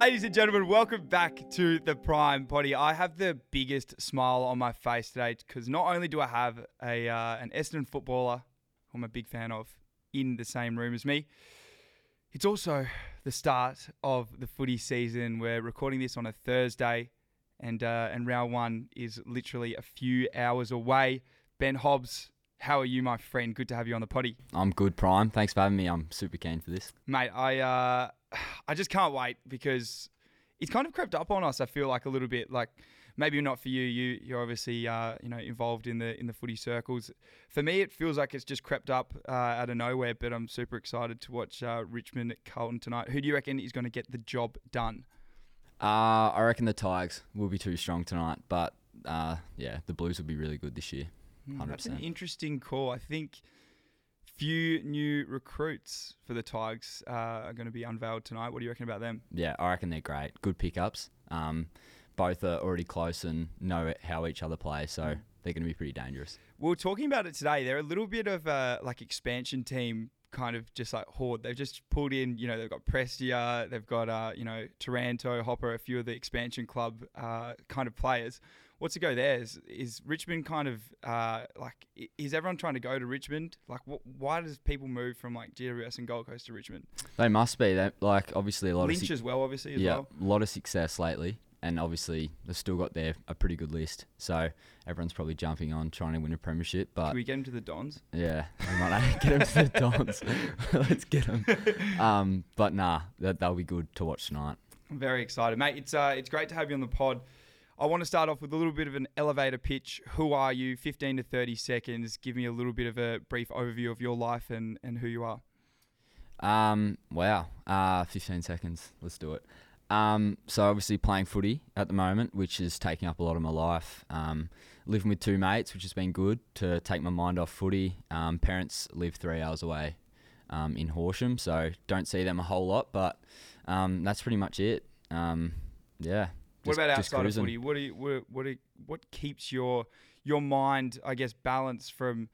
Ladies and gentlemen, welcome back to the Prime Potty. I have the biggest smile on my face today because not only do I have a uh, an Essendon footballer, who I'm a big fan of, in the same room as me, it's also the start of the footy season. We're recording this on a Thursday, and uh, and round one is literally a few hours away. Ben Hobbs, how are you, my friend? Good to have you on the potty. I'm good, Prime. Thanks for having me. I'm super keen for this. Mate, I uh, I just can't wait because it's kind of crept up on us. I feel like a little bit like maybe not for you. You you're obviously uh, you know involved in the in the footy circles. For me, it feels like it's just crept up uh, out of nowhere. But I'm super excited to watch uh, Richmond at Carlton tonight. Who do you reckon is going to get the job done? Uh, I reckon the Tigers will be too strong tonight, but uh, yeah, the Blues will be really good this year. Hmm, That's an 100%. interesting call. I think few new recruits for the Tigers uh, are going to be unveiled tonight. What do you reckon about them? Yeah, I reckon they're great. Good pickups. Um, both are already close and know how each other play, so Mm. they're going to be pretty dangerous. We were talking about it today. They're a little bit of a like expansion team, kind of just like horde. They've just pulled in. You know, they've got Prestia, they've got uh, you know Taranto, Hopper, a few of the expansion club uh, kind of players. What's the go there? Is, is Richmond kind of uh, like i- is everyone trying to go to Richmond? Like, wh- why does people move from like GWS and Gold Coast to Richmond? They must be. They like obviously a lot Lynch of as well, obviously as yeah, well. a lot of success lately, and obviously they've still got their a pretty good list. So everyone's probably jumping on trying to win a premiership, but Can we get into the Dons? Yeah, I might get them to the dance. Let's get them. Um, but nah, that that'll be good to watch tonight. I'm very excited, mate. It's uh, it's great to have you on the pod. I want to start off with a little bit of an elevator pitch. Who are you? 15 to 30 seconds. Give me a little bit of a brief overview of your life and, and who you are. Um, wow. Uh, 15 seconds. Let's do it. Um, so obviously playing footy at the moment, which is taking up a lot of my life. Um, living with two mates, which has been good to take my mind off footy. Um, parents live three hours away, um, in Horsham, so don't see them a whole lot. But um, that's pretty much it. Um, yeah. What just- about just outside of cruising. footy? What do you, what what, do- what keeps your your mind, I guess, balanced from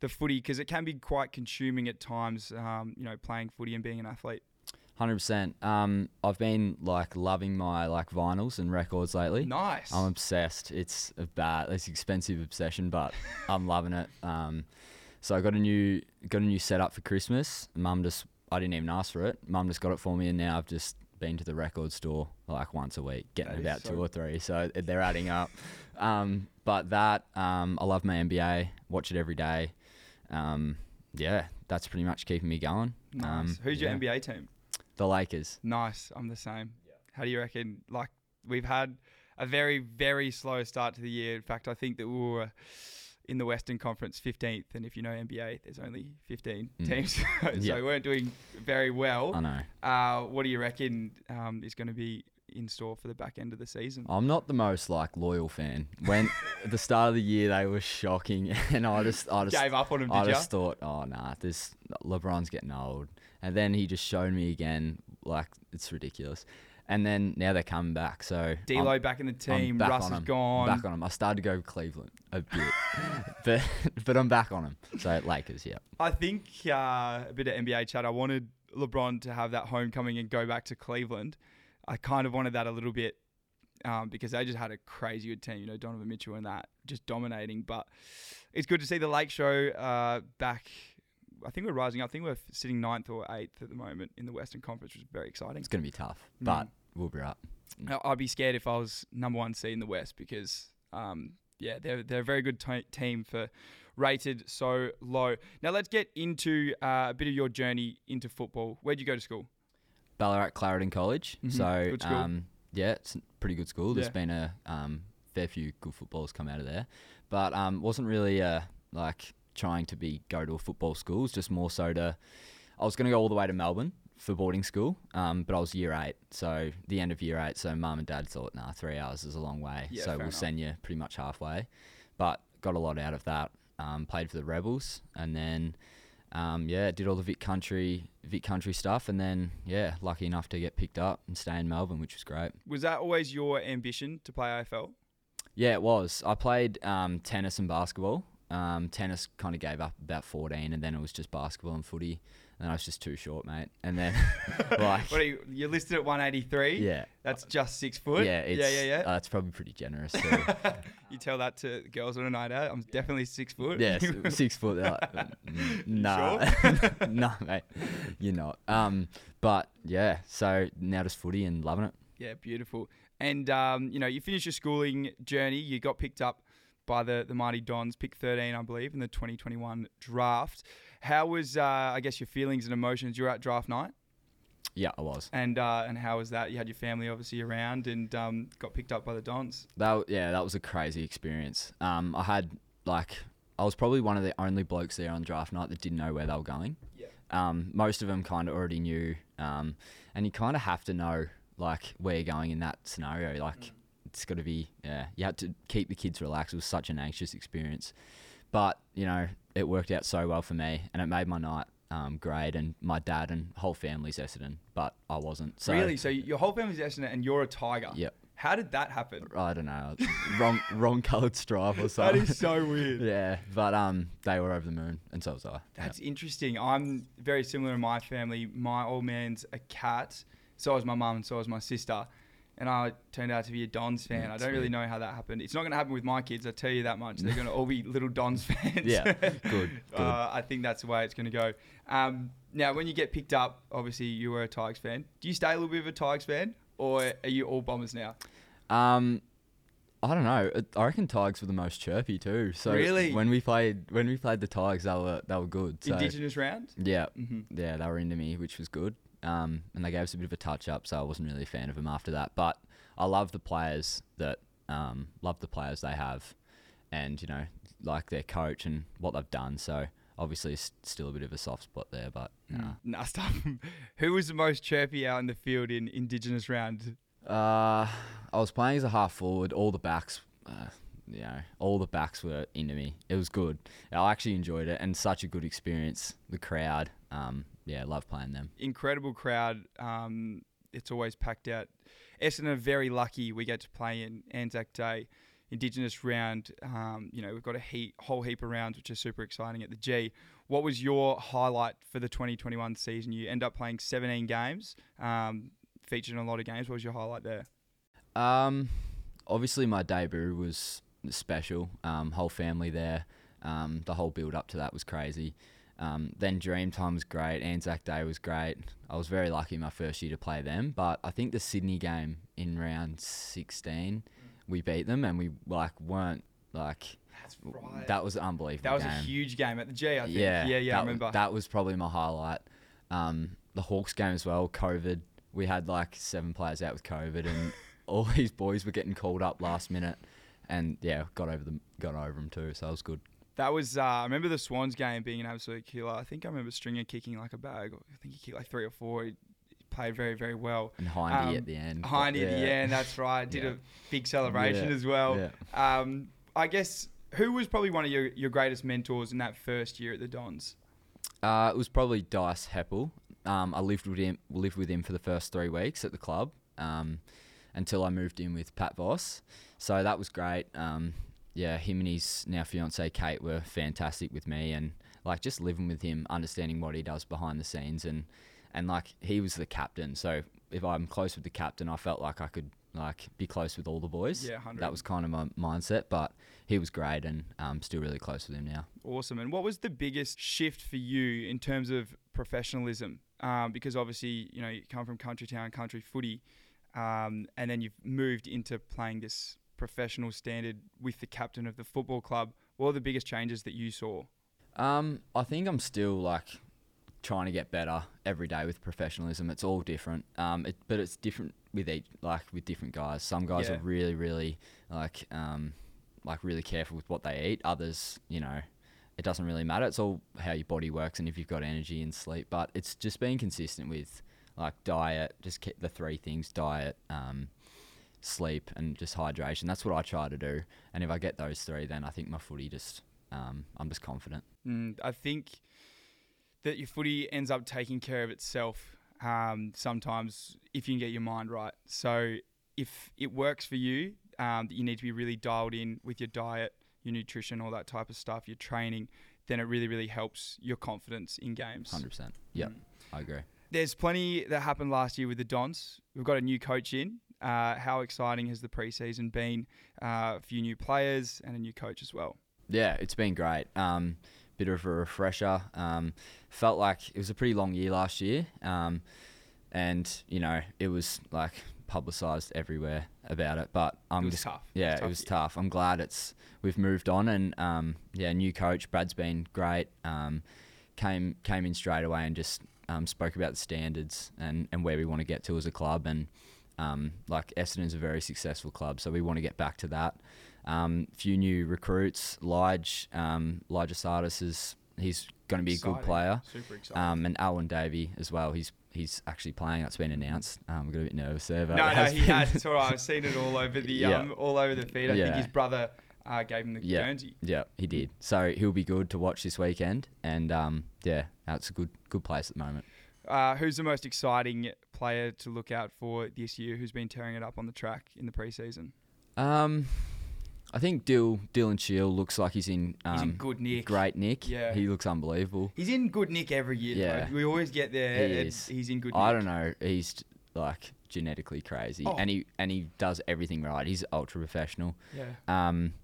the footy because it can be quite consuming at times. Um, you know, playing footy and being an athlete. Hundred percent. Um, I've been like loving my like vinyls and records lately. Nice. I'm obsessed. It's a bad, it's expensive obsession, but I'm loving it. Um, so I got a new got a new setup for Christmas. Mum just I didn't even ask for it. Mum just got it for me, and now I've just been to the record store like once a week, getting That is about so- two or three. So they're adding up. Um, but that um, I love my NBA. Watch it every day. Um, yeah, that's pretty much keeping me going. nice. Um, Who's your yeah. NBA team? The Lakers. Nice. I'm the same. How do you reckon? Like we've had a very very slow start to the year. In fact, I think that we were in the Western Conference 15th, and if you know NBA, there's only 15 Mm. teams, so Yeah. we weren't doing very well. I know. Uh, what do you reckon um, is going to be in store for the back end of the season? I'm not the most like loyal fan. When at the start of the year they were shocking, and I just, I just, Gave up on him, I did you? just thought, oh nah, this LeBron's getting old. And then he just showed me again, like it's ridiculous. And then now they're coming back, so I'm- D'Lo back in the I'm team. back Russ on is 'em, gone. Back on him. I started to go Cleveland a bit, but but I'm back on him. So Lakers, yeah. I think uh, a bit of NBA chat. I wanted LeBron to have that homecoming and go back to Cleveland. I kind of wanted that a little bit um, because they just had a crazy good team. You know, Donovan Mitchell and that just dominating. But it's good to see the Lake Show uh, back. I think we're rising. I think we're sitting ninth or eighth at the moment in the Western Conference, which is very exciting. It's gonna be tough, but we'll be up. I- I'd be scared if I was number one seed in the West because, um, yeah, they're they're a very good t- team for rated so low. Now let's get into uh, a bit of your journey into football. Where'd you go to school? Ballarat Clarendon College. Mhm. So Good school. Um, yeah, it's a pretty good school. There's Yeah. been a um, fair few good footballers come out of there, but um, wasn't really uh, like trying to be go to a football school. It's just more so to I was going to go all the way to Melbourne for boarding school, um, but I was year eight, so the end of year eight. So mum and dad thought, nah, three hours is a long way, Yeah, so fair we'll enough. send you pretty much halfway. But got a lot out of that. Um, played for the Rebels, and then um, yeah, did all the Vic Country Vic Country stuff, and then yeah, lucky enough to get picked up and stay in Melbourne, which was great. Was that always your ambition to play AFL? Yeah, it was. I played um, tennis and basketball. Um, tennis kind of gave up about 14, and then it was just basketball and footy. And I was just too short, mate. And then, like, What are you, you're listed at 183. yeah, That's just six foot. yeah, it's, yeah, yeah, yeah. uh, that's probably pretty generous. Too. you tell that to girls on a night out. I'm definitely six foot. Yeah, s- six foot. they're Like, "Mm, nah, no, mate, you're not. Um, but yeah, so now just footy and loving it. yeah, beautiful. And um, you know, you finished your schooling journey. You got picked up by the the mighty Dons, pick 13, I believe, in the 2021 draft. How was, uh, I guess, your feelings and emotions? You were at draft night, Yeah, I was. and uh, and how was that? You had your family obviously around, and um, got picked up by the Dons. That w- yeah, that was a crazy experience. Um, I had like I was probably one of the only blokes there on draft night that didn't know where they were going. Yeah. Um, most of them kind of already knew. Um, and you kind of have to know like where you're going in that scenario. Like Mm. it's got to be yeah. You had to keep the kids relaxed. It was such an anxious experience, but you know it worked out so well for me, and it made my night. Um, great, and my dad and whole family's Essendon, but I wasn't. So really? So your whole family's Essendon, and you're a Tiger. Yep. How did that happen? I don't know, wrong, wrong coloured stripe or That something. is so weird. Yeah, but um, they were over the moon, and so was I. Yeah. That's interesting. I'm very similar in my family. My old man's a cat. So is my mum, and so is my sister. And I turned out to be a Dons fan. I That's don't really weird. know how that happened. It's not going to happen with my kids. I tell you that much. They're going to all be little Dons fans. Yeah, good, good. Uh, I think that's the way it's going to go. Um, now, when you get picked up, obviously you were a Tigers fan. Do you stay a little bit of a Tigers fan, or are you all Bombers now? Um, I don't know. It- I reckon Tigers were the most chirpy too. So Really? when we played when we played the Tigers, they were they were good. So Indigenous round. yeah, Mm-hmm. yeah, they were into me, which was good. Um, and they gave us a bit of a touch up, so I wasn't really a fan of them after that. But I love the players that um love the players they have, and you know like their coach and what they've done. So obviously, it's still a bit of a soft spot there, but. Nah. Mm. Nah, stop. Who was the most chirpy out in the field in Indigenous round? Uh, I was playing as a half forward. All the backs, uh, you know, all the backs were into me. It was good. I actually enjoyed it, and such a good experience. The crowd, um, yeah, love playing them. incredible crowd. Um, it's always packed out. Essendon are very lucky we get to play in Anzac Day, Indigenous round. Um, you know, we've got a heat, whole heap of rounds, which are super exciting at the G. What was your highlight for the 2021 season? You end up playing 17 games, um, featured in a lot of games. What was your highlight there? Um, obviously my debut was special. Um, whole family there. Um, the whole build up to that was crazy. Um, then Dream Time was great. Anzac Day was great. I was very lucky my first year to play them, but I think the Sydney game in round 16, we beat them and we like weren't like That's that was an unbelievable. That was a game. huge game at the G, I think. Yeah, yeah, that, I remember. That was probably my highlight. Um, the Hawks game as well. COVID, we had like seven players out with COVID, and all these boys were getting called up last minute, and yeah, got over them, got over them too. So that was good. That was uh, I remember the Swans game being an absolute killer. I think I remember Stringer kicking like a bag. I think he kicked like three or four. He played very very well. And Hindy Um, at the end. Hiney Mm, yeah. at the end, that's right. Did a Yeah. big celebration Yeah, as well. Um, I guess who was probably one of your, your greatest mentors in that first year at the Dons? Uh, it was probably Dice Heppel. Um, I lived with him lived with him for the first three weeks at the club um, until I moved in with Pat Voss. So that was great. Um, yeah, him and his now fiance Kate were fantastic with me, and like just living with him, understanding what he does behind the scenes, and and like he was the captain. So if I'm close with the captain, I felt like I could like be close with all the boys. Yeah, 100. that was kind of my mindset. But he was great, and um, still really close with him now. Awesome. And what was the biggest shift for you in terms of professionalism? Um, because obviously, you know, you come from country town, country footy, um, and then you've moved into playing this professional standard with the captain of the football club. What were the biggest changes that you saw? Um, I think I'm still like trying to get better every day with professionalism. It's all different. Um, it, but it's different with each, like with different guys. Some guys Yeah. are really, really like, um, like really careful with what they eat. Others, you know, it doesn't really matter. It's all how your body works and if you've got energy and sleep. But it's just being consistent with like diet, just keep the three things: diet, um, sleep, and just hydration. That's what I try to do. And if I get those three, then I think my footy just, um, I'm just confident. Mm, I think that your footy ends up taking care of itself um, sometimes if you can get your mind right. So if it works for you, um, that you need to be really dialed in with your diet, your nutrition, all that type of stuff, your training then it really, really helps your confidence in games. Hundred percent. Yep, Mm. I agree. There's plenty that happened last year with the Dons. We've got a new coach in. Uh, how exciting has the preseason been? Uh, a few new players and a new coach as well. Yeah, it's been great. Um, bit of a refresher. Um, felt like it was a pretty long year last year, um, and you know it was like publicised everywhere about it. But I'm it was just tough. Um, yeah, tough it was year. tough. I'm glad it's we've moved on, and um, yeah, new coach Brad's been great. Um, came came in straight away and just um, spoke about the standards and, and where we want to get to as a club, and um, like Essendon's a very successful club, so we want to get back to that. Um, few new recruits, Lige, um, Lige Asadis is he's going to be a good Exciting. player. Super exciting. Um, and Alan Davey as well. He's he's actually playing. That's been announced. Um, I got a bit nervous there, but no, it no, has he been- has. It's all right. I've seen it all over the Yeah. um, all over the feed. I think Yeah. his brother uh, gave him the Yeah. Guernsey. Yeah, he did. So he'll be good to watch this weekend, and um, yeah, that's a good good place at the moment. Uh, who's the most exciting player to look out for this year? Who's been tearing it up on the track in the preseason? Um, I think Dill Dylan Shield looks like he's in um, He's in good nick. great nick. Yeah. he looks unbelievable. He's in good nick every year. Yeah. Yeah. we always get there. He and is. He's in good. nick. I don't know. He's like genetically crazy, Oh. and he and he does everything right. He's ultra professional. Yeah. Um,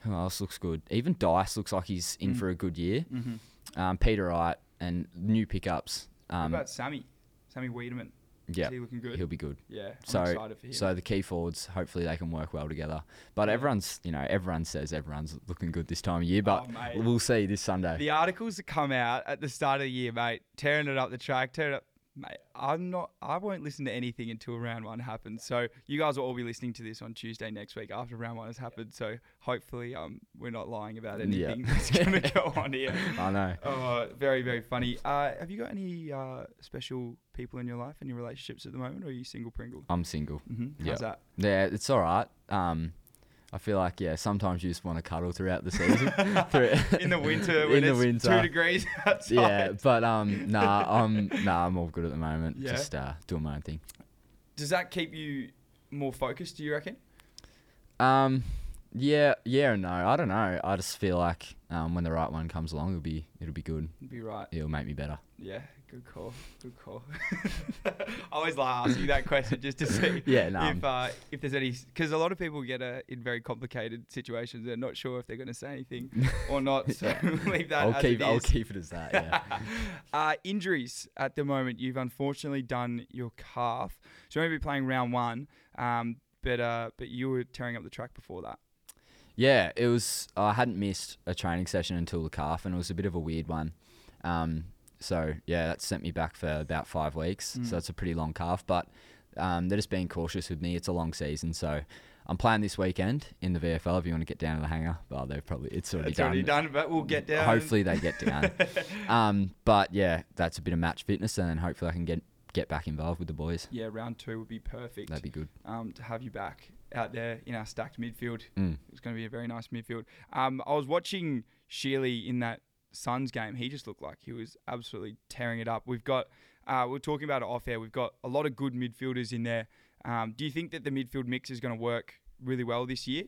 who else looks good? Even Dice looks like he's in Mm. for a good year. Mm-hmm. Um, Peter Wright and new pickups. what Um, about Sammy? Sammy Wiedemann. yeah, Is he looking good? he'll be good. yeah. I'm so- excited for him. So the key forwards, hopefully they can work well together. But Yeah. everyone's, you know, everyone says everyone's looking good this time of year. But Oh, mate. we'll see this Sunday. the articles that come out at the start of the year, mate, tearing it up the track, tearing it up. Mate, I'm not. I won't listen to anything until round one happens. So you guys will all be listening to this on Tuesday next week after round one has happened. So hopefully, um, we're not lying about Yeah. anything that's going to go on here. I know. Oh, very, very funny. Uh, have you got any uh, special people in your life, any relationships at the moment, or are you single Pringle? I'm single. Mm-hmm. Yeah. How's that? Yeah, it's all right. Um, I feel like yeah, sometimes you just want to cuddle throughout the season. Through- In the winter, In when the it's two winter. degrees outside. yeah, but um, nah, I'm nah, I'm all good at the moment. Yeah. Just uh, doing my own thing. Does that keep you more focused? Do you reckon? Um, yeah, yeah, no, I don't know. I just feel like um, when the right one comes along, it'll be it'll be good. You'd be right. It'll make me better. Yeah, good call. Good call. I always like asking that question just to see Yeah, no, if I'm- uh, if there's any because a lot of people get uh, in very complicated situations. They're not sure if they're going to say anything or not. So leave that. I'll as keep it I'll is. keep it as that. Yeah. uh, injuries at the moment. You've unfortunately done your calf, so you're going to be playing round one. Um, but uh, but you were tearing up the track before that. Yeah, it was. I hadn't missed a training session until the calf, and it was a bit of a weird one. Um, so yeah, that sent me back for about five weeks. Mm. So that's a pretty long calf, but um, they're just being cautious with me. It's a long season, so I'm playing this weekend in the VFL. If you want to get down to the hangar, well, they've probably it's already It's done. Mm, already done, but we'll get down. Hopefully they get down. um, but yeah, that's a bit of match fitness, and then hopefully I can get get back involved with the boys. Yeah, round two would be perfect. That'd be good. um, to have you back out there in our stacked midfield. Mm. It's going to be a very nice midfield. Um, I was watching Shealy in that Suns game. He just looked like he was absolutely tearing it up. We've got, uh, we we're talking about it off air. We've got a lot of good midfielders in there. Um, do you think that the midfield mix is going to work really well this year?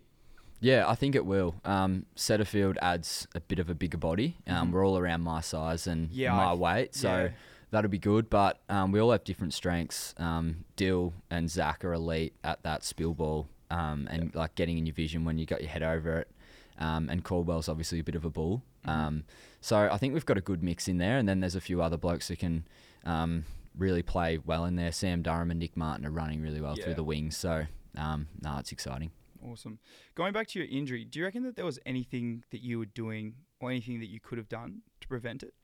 Yeah, I think it will. Um, Setterfield adds a bit of a bigger body. Um, Mhm. We're all around my size and Yeah, my I- weight, so yeah. that'll be good. But um, we all have different strengths. Um, Dill and Zach are elite at that spill ball um, and like getting in your vision when you got your head over it. Um, and Caldwell's obviously a bit of a bull. Mm-hmm. Um, so I think we've got a good mix in there. And then there's a few other blokes who can um, really play well in there. Sam Durham and Nick Martin are running really well Yeah. through the wings. So, um, no, it's exciting. Awesome. Going back to your injury, do you reckon that there was anything that you were doing or anything that you could have done to prevent it?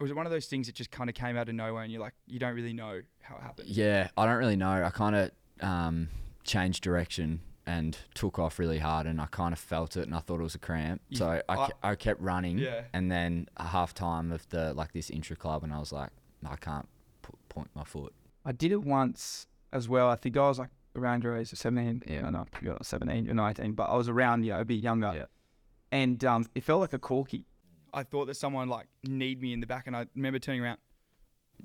Or was it one of those things that just kind of came out of nowhere and you're like, you don't really know how it happened? Yeah, I don't really know. I kind of um, changed direction and took off really hard, and I kind of felt it, and I thought it was a cramp. You- so I, I- ke- I kept running, Yeah. and then a half time of the like this intra club, and I was like, I can't p- point my foot. I did it once as well. I think I was like around your age of 17. Yeah, no, no, I forgot, 17 or 19, but I was around, you know, a bit younger. Yeah. And um, it felt like a corky. I thought that someone like kneed me in the back, and I remember turning around.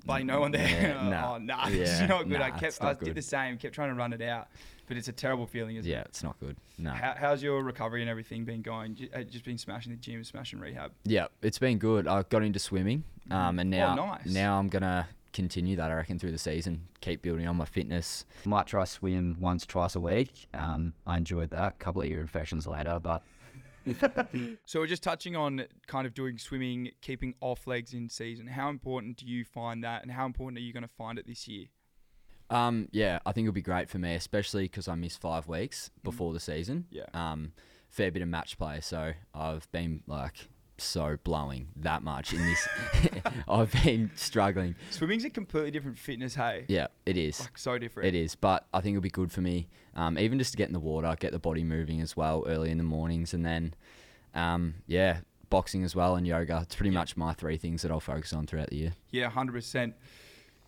like no one there. Yeah, nah. oh nah, it's Yeah, not good. I nah, kept it's I not did good. the same, kept trying to run it out, but it's a terrible feeling, isn't Yeah, it? it's not good. No. How, how's your recovery and everything been going? Ju- uh, Just been smashing the gym, smashing rehab. Yeah, it's been good. I got into swimming, um, and Oh, now nice. now I'm gonna continue that. I reckon through the season, keep building on my fitness. Might try swim once, twice a week. Um, I enjoyed that. A couple of ear infections later, but So we're just touching on kind of doing swimming, keeping off legs in season. How important do you find that, and how important are you going to find it this year? Um, yeah, I think it'll be great for me, especially because I missed five weeks Mm. before the season. Yeah. Um, fair bit of match play, so I've been like so blowing that much in this. I've been struggling. Swimming's a completely different fitness, hey. Yeah, it is. Like so different. It is, but I think it'll be good for me, um, even just to get in the water, get the body moving as well early in the mornings, and then, um, yeah, boxing as well and yoga. It's pretty much my three things that I'll focus on throughout the year. Yeah, 100%.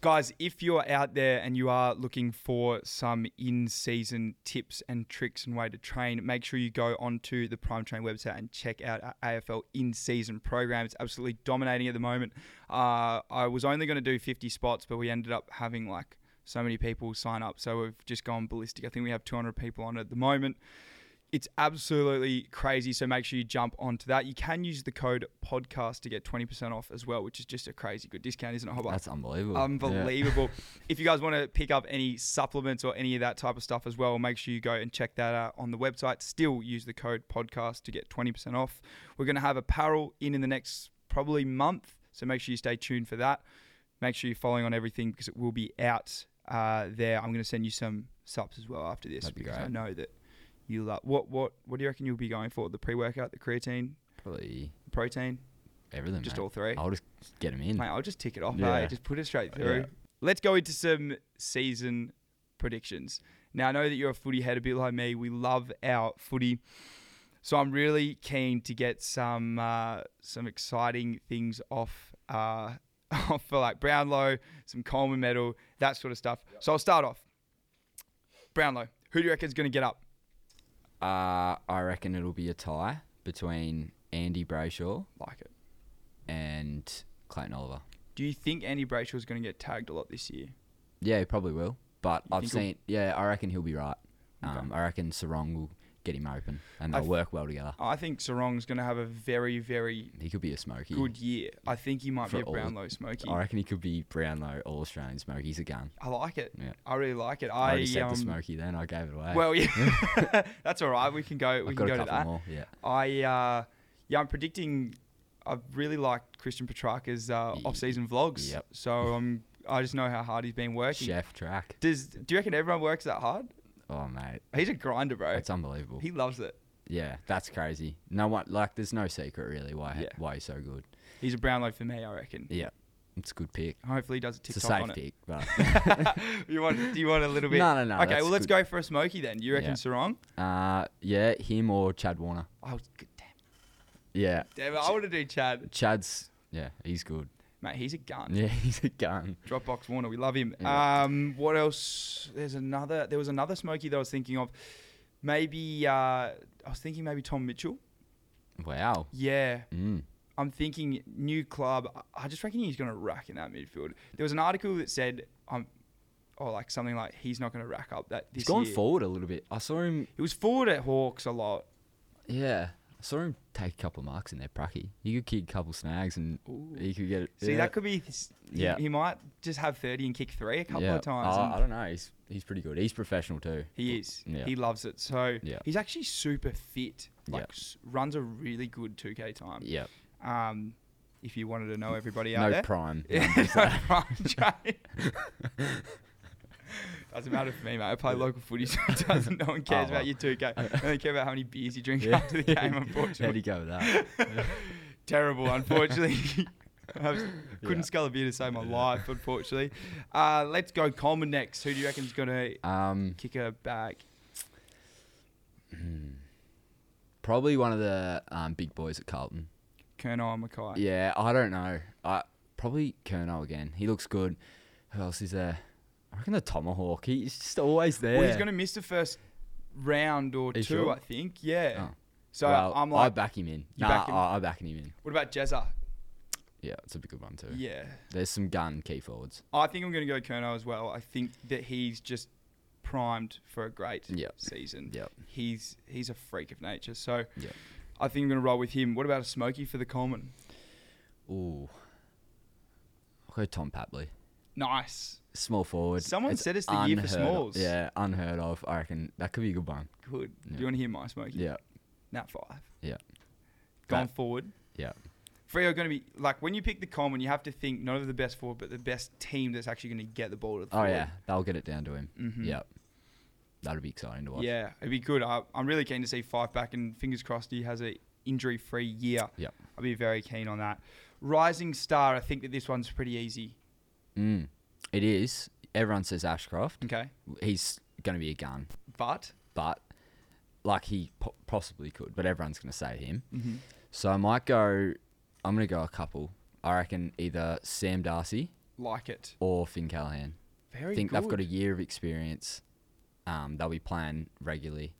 Guys, if you're out there and you are looking for some in season tips and tricks and way to train, make sure you go onto the Prime Train website and check out our AFL in season program. It's absolutely dominating at the moment. Uh, I was only going to do 50 spots, but we ended up having like so many people sign up. So we've just gone ballistic. I think we have 200 people on at the moment. It's absolutely crazy. So make sure you jump onto that. You can use the code podcast to get 20% off as well, which is just a crazy good discount, isn't it, Hobart? That's unbelievable. Yeah. Unbelievable. if you guys want to pick up any supplements or any of that type of stuff as well, make sure you go and check that out on the website. Still use the code podcast to get 20% off. We're going to have apparel in in the next probably month. So make sure you stay tuned for that. Make sure you're following on everything because it will be out uh, there. I'm going to send you some subs as well after this That'd be because great. I know that you love what what what do you reckon you'll be going for? The pre-workout, the creatine, Probably the protein, everything. just mate. all three. I'll just get them in. Mate, I'll just tick it off. Yeah. eh? Just put it straight Yeah. through. Let's go into some season predictions. Now, I know that you're a footy head a bit like me. We love our footy. So I'm really keen to get some uh, some exciting things off uh, off for like Brownlow, some Coleman medal, that sort of stuff. So I'll start off. Brownlow, who do you reckon's going to get up? Uh, I reckon it'll be a tie between Andy Brayshaw Like it. and Clayton Oliver. Do you think Andy Brayshaw's going to get tagged a lot this year? Yeah, he probably will. But think I've he'll- seen. Yeah, I reckon he'll be right. Okay. Um, I reckon Sarong will get him open, and I they'll th- work well together. I think Sarong's going to have a very, very He could be a smoky. good year. I think he might be For a all- Brownlow smoky. I reckon he could be Brownlow All Australian Smoky's a gun. I like it. Yeah. I really like it. I I, already said um, the Smoky then. I gave it away. well, yeah, that's all right. We can go. We I've can got go a to couple that. more. Yeah. I uh, yeah, I'm predicting. I really liked Christian Petrarca's uh, Ye- off-season vlogs. yep. So um, I just know how hard he's been working. Chef track. Does do you reckon everyone works that hard? Oh mate, He's a grinder, bro. that's unbelievable. He loves it. yeah, that's crazy. No one like. There's no secret really why Yeah. why he's so good. He's a Brownlow for me, I reckon. Yeah, it's a good pick. Hopefully, he does a TikTok it's a safe on it. pick, but you want? Do you want a little bit? No, no, no, Okay, that's well, let's good. go for a smoky then. You reckon Yeah. Sarong? uh, yeah, him or Chad Warner. I was good. Damn. Yeah, Damn it, I want to do Chad. Chad's. Yeah, he's good. Mate, he's a gun. Yeah, he's a gun. Dropbox Warner, we love him. Yeah. Um, what else? There's another. There was another Smokey that I was thinking of. Maybe uh, I was thinking maybe Tom Mitchell. Wow. Yeah, Mm. I'm thinking new club. I- I just reckon he's gonna rack in that midfield. There was an article that said um, or like something like he's not gonna rack up that this He's gone year. forward a little bit. I saw him. He was forward at Hawks a lot. Yeah, I saw him take a couple marks in there, Pracky. He could kick a couple snags and he could get it. See, yeah. that could be. his- he- Yeah. he, might just have 30 and kick three a couple Yeah. of times. Oh, and- I don't know. He's he's pretty good. He's professional too. He is. Yeah. He loves it. So Yeah. he's actually super fit. Yeah. Like s runs a really good 2K time. Yeah. Um, if you wanted to know everybody out No there. prime. Yeah, numbers no there. prime train. doesn't matter for me, mate. I play local footy, so it doesn't. No one cares Oh, about well. your 2K. I don't care about how many beers you drink Yeah. after the game, How'd unfortunately. he go with that? Terrible, unfortunately. I was- couldn't Yeah. scull a beer to save my life, unfortunately. Uh, let's go Coleman next. Who do you reckon's going to Um, hmm. kick a back? probably one of the um, big boys at Carlton. Kerno or Mackay? Yeah, I don't know. I probably Kerno again. He looks good. Who else is there? I reckon the Tomahawk. He's just always there. Well, he's going to miss the first round or Are two, you sure? I think. Yeah. Oh. So Well, I'm I like, back him in. You Nah, back him? I, I back him in. what about Jezza? Yeah, it's a good one too. Yeah. There's some gun key forwards. I think I'm going to go Kerno as well. I think that he's just primed for a great Yep. season. Yep. He's he's a freak of nature. So Yep. I think I'm going to roll with him. What about a Smoky for the Coleman? Ooh. I'll go Tom Papley. Nice. Small forward. Someone It's said it's the year for unheard of- smalls. Yeah, unheard of. I reckon that could be a good one. Good. Do Yeah. you want to hear my Smoky? Yeah. Nat five. Yeah. Going That- forward. Yeah. Freo are going to be like when you pick the Coleman, you have to think not of the best forward, but the best team that's actually going to get the ball to the Oh forward. yeah. They'll get it down to him. Mhm. Yeah. That'd be exciting to watch. Yeah, it'd be good. I, I'm really keen to see Fife back, and fingers crossed he has a injury-free year. Yep. I'll be very keen on that. Rising star, I think that this one's pretty easy. Mm. It is. Everyone says Ashcroft. Okay, He's gonna be a gun, but but like he po- possibly could, but everyone's gonna say him. So I might go. I'm gonna go a couple. I reckon either Sam Darcy like it. or Finn Callahan. Very think good. they've got a year of experience. Um, they'll be playing regularly.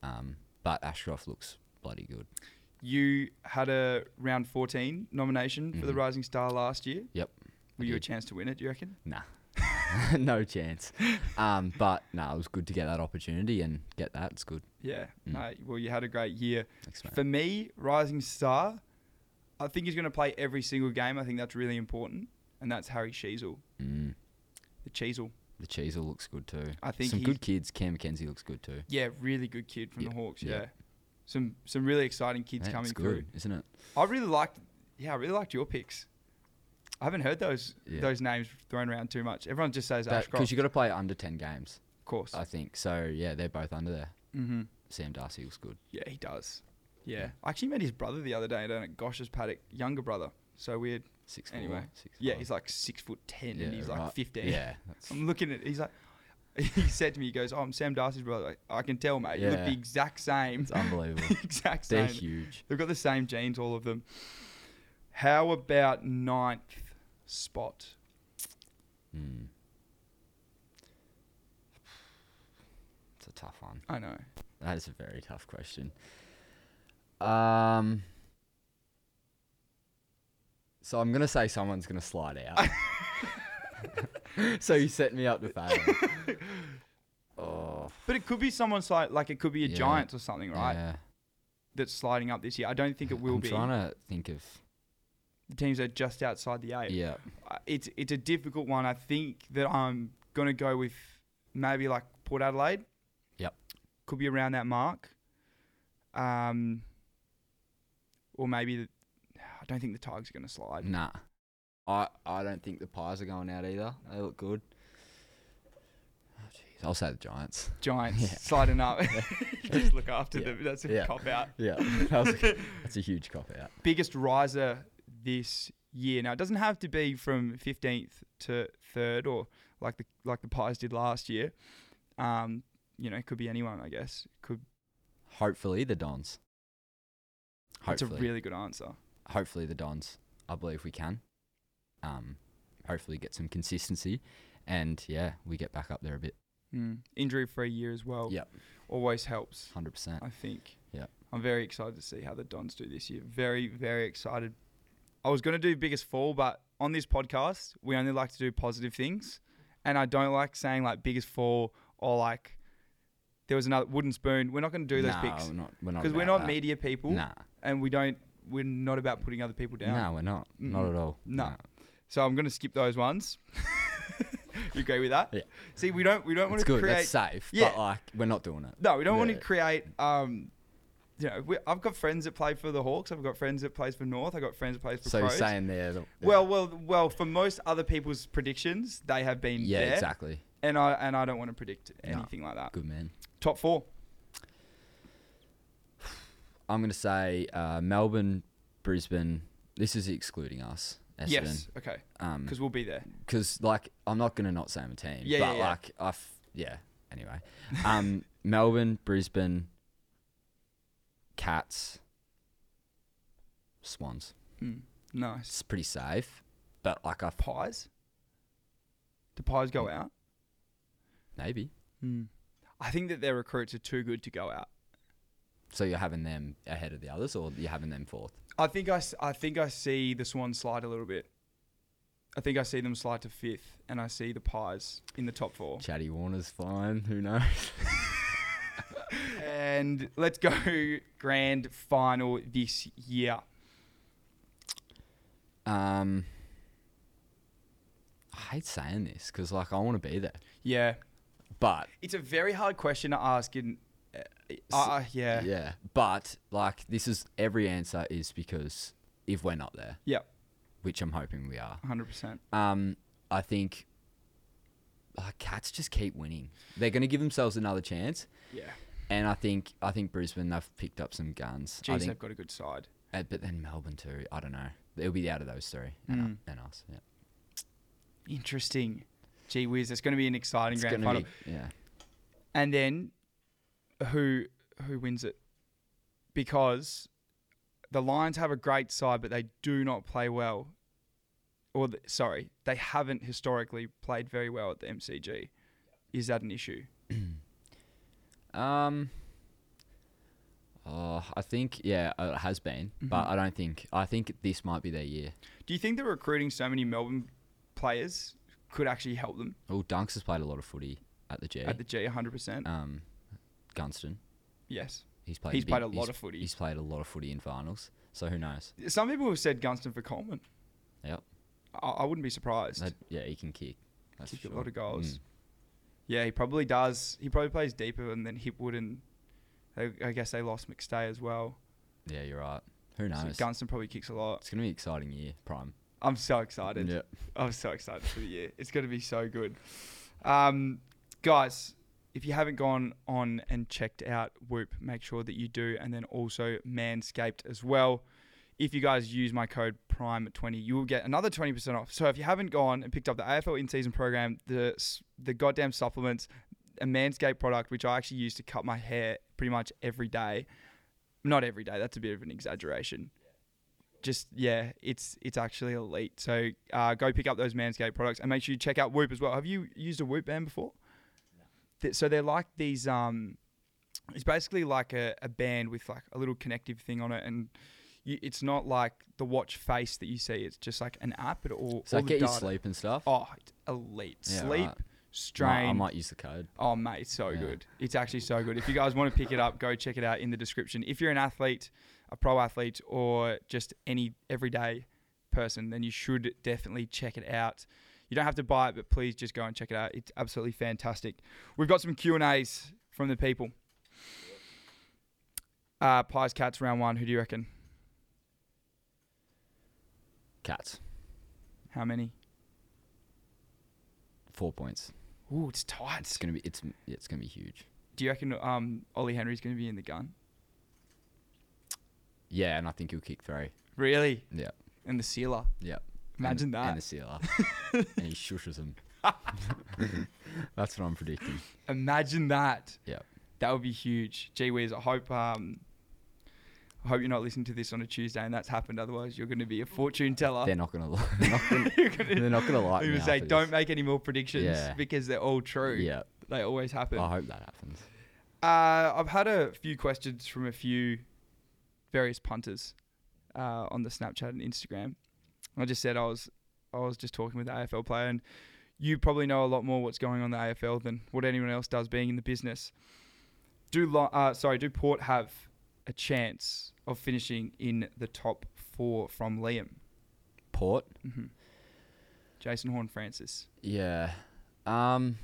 Um, but Ashcroft looks bloody good. you had a round 14 nomination for the Mhm. Rising Star last year. Yep. Were I you a did. chance to win it? Do you reckon? Nah. no chance. Um, but no, it was good to get that opportunity and get that. It's good. Yeah. Mm. No, well, you had a great year. Thanks, mate. For me, Rising Star, I think he's going to play every single game. I think that's really important, and that's Harry Sheasel, Mm, the Cheezel. the Cheezel looks good too. I think some he's- good kids. Cam McKenzie looks good too. Yeah, really good kid from the Yeah, Hawks. Yeah. yeah. Some some really exciting kids Yeah, coming it's good, through. isn't it? I really liked yeah, I really liked your picks. I haven't heard those Yeah. those names thrown around too much. Everyone just says Ashcroft, Because you got to play under ten games, of course. I think. So yeah, they're both under there. mm-hmm. Sam Darcy looks good. Yeah, he does. Yeah. Yeah. I actually met his brother the other day down at Gosh's paddock, younger brother. So weird. Six Anyway, four, six Yeah, five. he's like six foot ten and Oh. Yeah, he's right. like fifteen. Yeah, that's- I'm looking at he's like he said to me, he goes, Oh, I'm Sam Darcy's brother. Like, I can tell, mate. You look Yeah. the exact same. it's unbelievable. exact They're same. huge. They've got the same genes, all of them. How about ninth spot? Mm. It's a tough one. I know. That is a very tough question. Um. So I'm gonna say someone's gonna slide out. so you set me up to fail. oh, But it could be someone sli- like it could be a Yeah. Giants or something, right? Yeah. That's sliding up this year. I don't think it will I'm be. trying to think of The teams that are just outside the eight. yeah. I- It's it's a difficult one. I think that I'm gonna go with maybe like Port Adelaide. Yep. Could be around that mark. Um. Or maybe the, I don't think the Tigers are gonna slide. Nah. I, I don't think the pies are going out either. They look good. Oh, jeez. I'll say the Giants. Giants Yeah. sliding up. Just look after Yeah. them. That's a Yeah. cop out. Yeah. That was a- that's a huge cop out. Biggest riser this year. Now it doesn't have to be from fifteenth to third or like the like the Pies did last year. Um, you know, it could be anyone, I guess. Could Hopefully the Dons. that's Hopefully. a really good answer. hopefully the Dons. I believe we can. Um, hopefully get some consistency, and yeah, we get back up there a bit. Mm. Injury free year as well. Yep. Always helps, Hundred percent. I think. Yep. I'm very excited to see how the Dons do this year. Very, very excited. I was gonna do biggest fall, but on this podcast, we only like to do positive things. And I don't like saying like biggest fall or like there was another wooden spoon. We're not gonna do those no, picks. We're not. We're not. Because we're about not that. media people Nah. and we don't we're not about putting other people down. No, we're not. Not Mm-mm. at all. No. So I'm gonna skip those ones. you agree with that? Yeah. See, we don't we don't want It's to good. create That's safe. Yeah. But like, we're not doing it. No, we don't want to Yeah. create. Um, you know, we, I've got friends that play for the Hawks. I've got friends that plays for North. I've got friends that plays for. So you're Crows. saying there. The, Well, well, well. For most other people's predictions, they have been Yeah. there, Exactly. and I and I don't want to predict No. anything like that. Good man. Top four. I'm gonna say uh, Melbourne, Brisbane. This is excluding us. Essendon. Yes. Okay. Um, Because we'll be there. because like I'm not gonna not say I'm a team. Yeah, but yeah, yeah. like I, f- yeah. Anyway, um, Melbourne, Brisbane, Cats, Swans. Mm, nice. It's pretty safe, but like I f- Pies. Do pies go Mm. out? maybe Mm. I think that their recruits are too good to go out. so you're having them ahead of the others, or you're having them fourth. I think I, s- I think I see the Swans slide a little bit. I think I see them slide to fifth, and I see the Pies in the top four. Chatty Warner's fine. Who knows? And let's go grand final this year. Um, I hate saying this because like I want to be there, Yeah, but it's a very hard question to ask. In uh, uh, yeah, yeah. but like this is every answer is because if we're not there, Yep. which I'm hoping we are. hundred percent. Um, I think like Cats just keep winning. They're going to give themselves another chance, Yeah, and I think I think Brisbane they've picked up some guns. Jeez, I think, they've got a good side. uh, but then Melbourne too. I don't know. It'll be out of those three and, Mm. and us. Yeah, Interesting. Gee whiz, it's going to be an exciting It's grand gonna final. be- yeah. and then who who wins it because the lions have a great side but they do not play well or th sorry they haven't historically played very well at the mcg is that an issue Um. Oh, I think yeah, uh, it has been, but Mhm. I don't think I think this might be their year. do you think that recruiting so many melbourne players could actually help them Oh, Dunks has played a lot of footy at the G. at the g 100% um, Gunston, yes he's played. he's big- played a lot he's- of footy He's played a lot of footy in finals, so who knows? some people have said gunston for coleman Yep. i, I wouldn't be surprised That- yeah, he can kick. That's kick for a lot sure. of goals. Mm. Yeah, he probably does. He probably plays deeper and then Hipwood and I, I guess they lost McStay as well. Yeah, you're right. Who So knows? Gunston probably kicks a lot. it's gonna be an exciting year, prime. I'm so excited. Yeah. I'm so excited for the year. It's going to be so good. Um, guys, if you haven't gone on and checked out Whoop, make sure that you do. And then also Manscaped as well. If you guys use my code PRIME20, you will get another 20% off. So if you haven't gone and picked up the AFL in season program, the, s- the goddamn supplements, a Manscaped product, which I actually use to cut my hair pretty much every day. Not every day, that's a bit of an exaggeration just yeah, it's it's actually elite. So uh, go pick up those Manscaped products and make sure you check out Whoop as well. Have you used a Whoop band before? Th- So they're like these. Um, it's basically like a, a band with like a little connective thing on it, and you, it's not like the watch face that you see. It's just like an app. It all So all like, the get your data- sleep and stuff. Oh, it's elite Yeah, sleep right. strain. I might use the code. Oh mate, so Yeah. good. It's actually so good. If you guys want to pick it up, go check it out in the description. If you're an athlete, a pro athlete, or just any everyday person, then you should definitely check it out. You don't have to buy it, but please just go and check it out. It's absolutely fantastic. We've got some Q and A's from the people. Uh, Pies Cats round one. Who do you reckon? Cats, How many? four points. Ooh, it's tight. It's gonna be it's it's gonna be huge. Do you reckon um, Ollie Henry's going to be in the gun? Yeah, and I think he'll kick three. Really? Yeah. And the sealer. Yeah. Imagine and, that. And the sealer. and he shushes him. That's what I'm predicting. Imagine that. Yeah. That would be huge. Gee whiz, I hope um I hope you're not listening to this on a Tuesday and that's happened. Otherwise you're gonna be a fortune teller. They're not gonna li- not gonna, Uh, You're gonna- they're not gonna like You're me. gonna say after don't make any more predictions Yeah. because they're all true. this. Yeah. They always happen. I Uh, hope that happens. I've had a few questions from a few various punters uh, on the Snapchat and Instagram. I just said I was I was just talking with the AFL player and you probably know a lot more what's going on in the AFL than what anyone else does being in the business. Do Lo- uh, sorry, do Port have a chance of finishing in the top four from Liam? Port. hmm Jason Horn Francis. Yeah. Um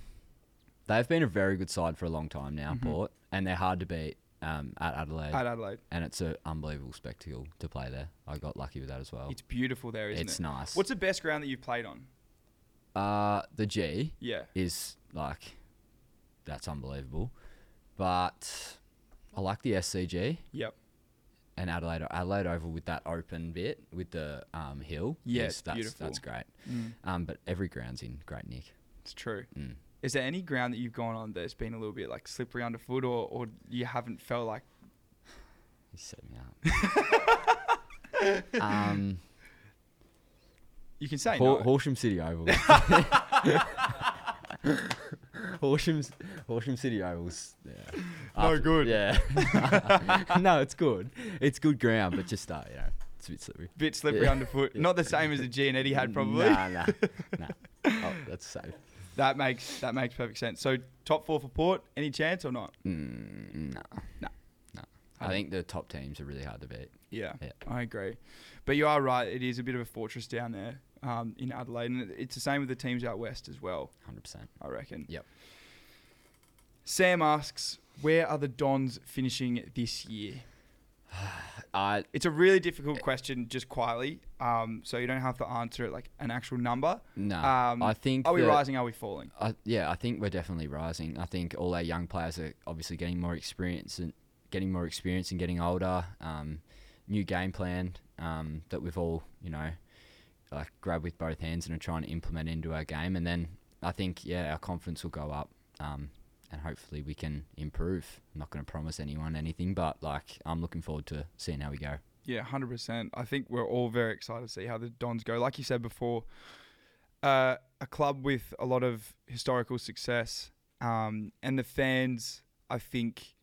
they've been a very good side for a long time now, Mhm. Port. And they're hard to beat um, at Adelaide. At Adelaide. and it's an unbelievable spectacle to play there. I got lucky with that as well. It's beautiful there, isn't oh, It's it? nice. What's the best ground that you've played on? uh the G Yeah. is like that's unbelievable. But I like the SCG. Yep. and Adelaide Adelaide Oval with that open bit with the um, hill. Yeah, is- it's that's beautiful. that's great. Mm, Um, but every ground's in great nick. it's true. Mm. Is there any ground that you've gone on that's been a little bit like slippery underfoot or, or you haven't felt like You set me up. um, you can say Hor- no. Horsham City Oval. Horsham's Horsham City Ovals. Yeah. No good. Yeah. no, it's good. It's good ground, but just uh, you know, It's a bit slippery. Bit slippery Yeah. underfoot. Yeah. Not the same as the G and Eddie had probably. Nah, nah, nah. Oh, that's safe. That makes that makes perfect sense. So top four for Port, any chance or not? Mm, no. No. No. I Um, think the top teams are really hard to beat. Yeah, Yeah. I agree. But you are right; it is a bit of a fortress down there um, in Adelaide, and it- it's the same with the teams out west as well. 100%. I reckon. Yep. Sam asks, "Where are the Dons finishing this year?" I, It's a really difficult question, just quietly, um, so you don't have to answer it like an actual number. no. Um, I think. Are we that- rising? Are we falling? I, yeah, I think we're definitely rising. I think all our young players are obviously getting more experience and getting more experience and getting older. Um, new game plan um, that we've all you know like grabbed with both hands and are trying to implement into our game. And then I think yeah, our confidence will go up, um, and hopefully we can improve. I'm not going to promise anyone anything, but like I'm looking forward to seeing how we go. Yeah, hundred percent. I think we're all very excited to see how the Dons go. Like you said before, uh, a club with a lot of historical success, um, and the fans. I think,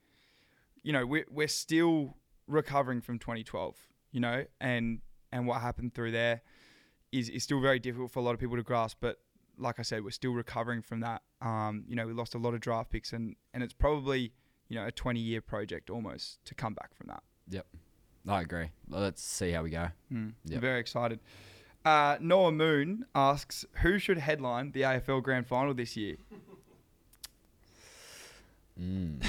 you know, we're we're still recovering from 2012. You know, and and what happened through there is is still very difficult for a lot of people to grasp. But like I said, we're still recovering from that. Um, you know, we lost a lot of draft picks, and and it's probably you know a 20 year project almost to come back from that. I agree. Well, let's see how we go. Mm, Yep. Very excited. Uh, Noah Moon asks, who should headline the AFL Grand Final this year? Mm.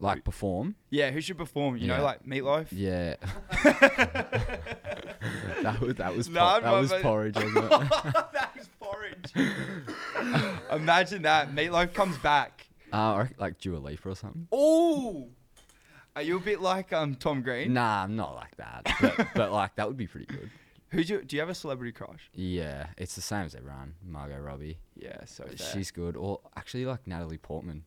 like perform. Yeah, who should perform? You Yeah. know, like Meatloaf. Yeah. that was that was No, por- that was but- porridge, wasn't it? Uh, that is porridge. Imagine that Meatloaf comes back. uh, or like Dua Lipa or something. Oh, are you a bit like um Tom Green? Nah, I'm not like that. But, but like that would be pretty good. Who do you, do you have a celebrity crush? Yeah, it's the same as everyone. Margot Robbie, Yeah, so she's good. Or actually, like Natalie Portman.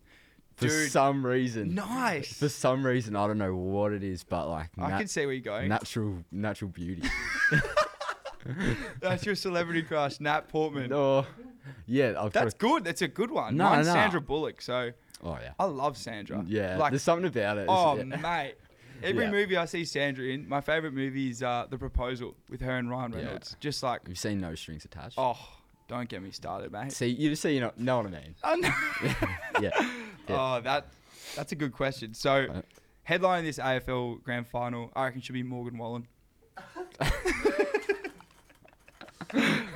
For Dude. some reason, nice. for some reason, I don't know what it is, but like I nat- can see where you're going. natural natural beauty. That's your celebrity crush, Nat Portman. no, Oh, yeah, I've got. That's good. That's a good one. No, Mine's no. Sandra Bullock. So oh yeah, I love Sandra. yeah. like there's something about it. isn't Oh it? mate. Every Yeah. movie I see Sandra in, my favorite movie is uh, The Proposal with her and Ryan Yeah. Reynolds. Just like, You've seen No Strings Attached. oh, don't get me started, mate. See, you just see, you know, know what I mean. I know. Yeah. Oh, that that's a good question. So, Right. headline of this AFL Grand Final, I reckon should be Morgan Wallen.